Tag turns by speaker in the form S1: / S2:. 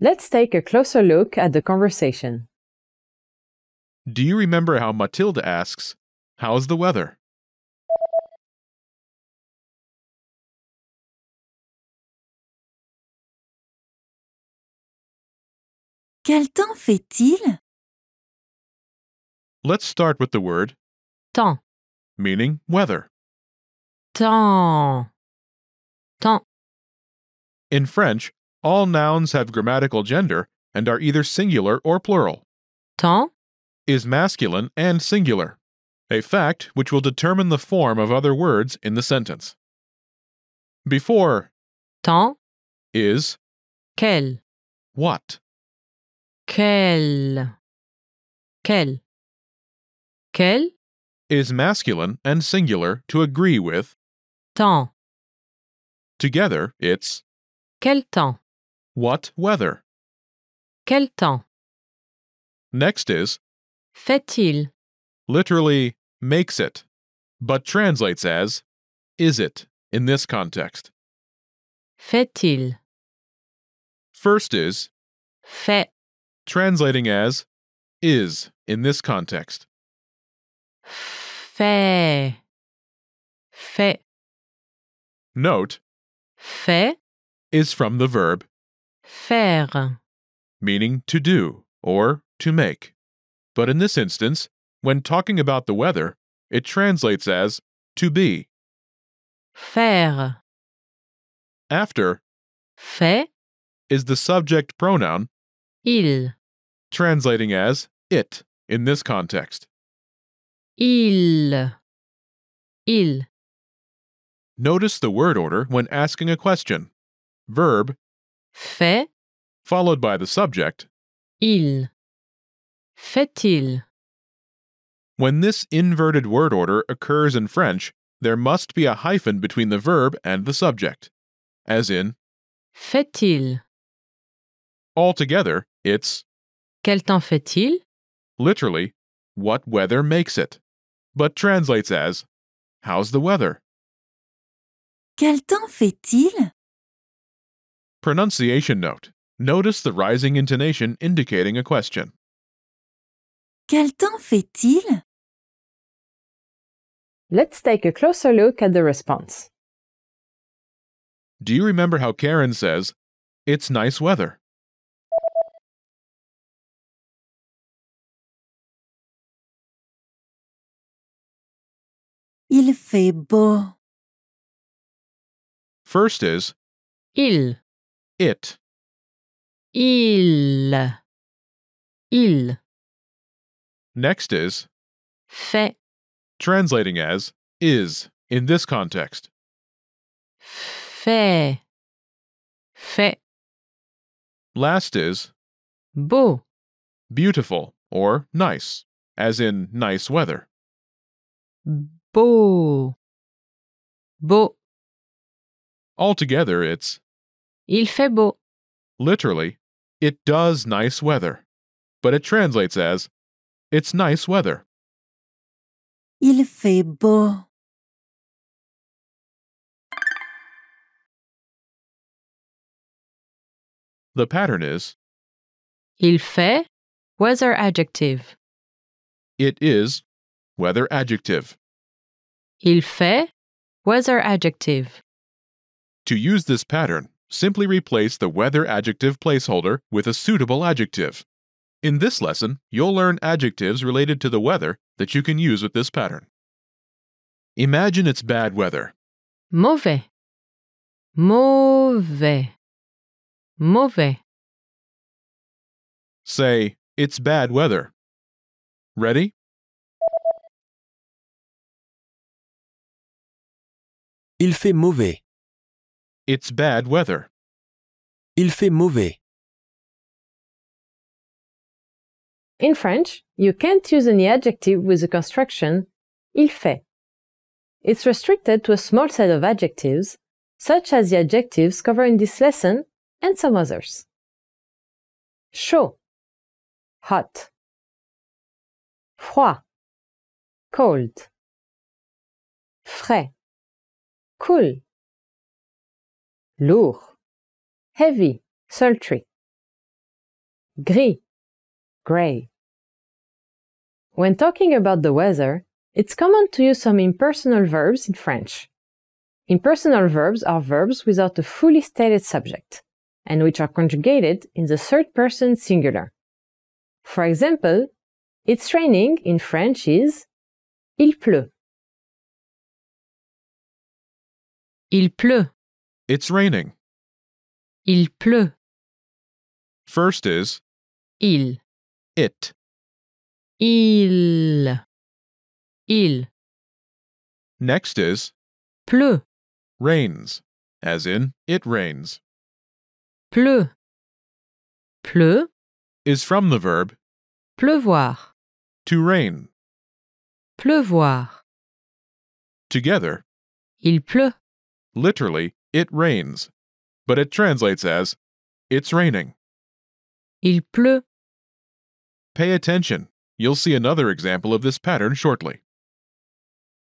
S1: Let's take a closer look at the conversation.
S2: Do you remember how Matilda asks, How's the weather?
S3: Quel temps fait-il
S2: Let's start with the word,
S1: Temps,
S2: meaning weather.
S1: temps, temps.
S2: In French, all nouns have grammatical gender and are either singular or plural,
S1: Temps,
S2: is masculine and singular, a fact which will determine the form of other words in the sentence. Before
S1: temps,
S2: is
S1: quel,
S2: what,
S1: quel, quel, quel
S2: is masculine and singular to agree with.
S1: temps,
S2: Together, it's
S1: quel temps,
S2: what weather.
S1: quel temps
S2: Next is
S1: fait-il,
S2: literally makes it, but translates as is it in this context.
S1: fait-il,
S2: First is
S1: fait,
S2: translating as is in this context.
S1: fait, fait,
S2: Note
S1: fait,
S2: is from the verb
S1: faire,
S2: meaning to do or to make. But in this instance, when talking about the weather, it translates as to be.
S1: faire,
S2: After
S1: fait,
S2: is the subject pronoun,
S1: il,
S2: translating as it in this context.
S1: il, il,
S2: Notice the word order when asking a question. Verb
S1: fait,
S2: followed by the subject.
S1: il, fait-il,
S2: When this inverted word order occurs in French, there must be a hyphen between the verb and the subject. As in,
S1: fait-il,
S2: altogether, it's
S1: quel temps fait-il,
S2: literally, what weather makes it, but translates as, how's the weather?
S3: Quel temps fait-il
S2: Pronunciation note. Notice the rising intonation indicating a question.
S3: Quel temps fait-il
S1: Let's take a closer look at the response.
S2: Do you remember how Karen says, it's nice weather?
S3: Il fait beau.
S2: First is,
S1: Il,
S2: it.
S1: il, il,
S2: Next is,
S1: fait,
S2: translating as, is, in this context.
S1: fait, fait,
S2: Last is,
S1: beau,
S2: beautiful or nice, as in nice weather.
S1: beau, beau,
S2: Altogether, it's
S1: il fait beau,
S2: literally, it does nice weather, but it translates as, it's nice weather.
S3: Il fait beau.
S2: The pattern is,
S1: il fait, weather adjective,
S2: it is, weather adjective.
S1: il fait, weather adjective,
S2: To use this pattern, simply replace the weather adjective placeholder with a suitable adjective. In this lesson, you'll learn adjectives related to the weather that you can use with this pattern. Imagine it's bad weather.
S1: mauvais, mauvais, mauvais,
S2: Say, it's bad weather. Ready?
S4: Il fait mauvais.
S2: It's bad weather.
S4: Il fait mauvais.
S1: In French, you can't use any adjective with the construction il fait. It's restricted to a small set of adjectives, such as the adjectives covered in this lesson and some others. Chaud, hot. Froid, cold. Frais, cool. Lourd, heavy, sultry. gris, gray. When talking about the weather, it's common to use some impersonal verbs in French. Impersonal verbs are verbs without a fully stated subject and which are conjugated in the third person singular. For example, it's raining in French is il pleut. Il pleut.
S2: It's raining.
S1: Il pleut.
S2: First is
S1: Il.
S2: it.
S1: Il. Il
S2: Next is
S1: pleut.
S2: rains, as in it rains,
S1: Pleu. Pleu,
S2: is from the verb
S1: pleuvoir.
S2: to rain.
S1: Pleuvoir.
S2: Together,
S1: Il pleut.
S2: literally, it rains, but it translates as it's raining.
S1: Il pleut.
S2: Pay attention. You'll see another example of this pattern shortly.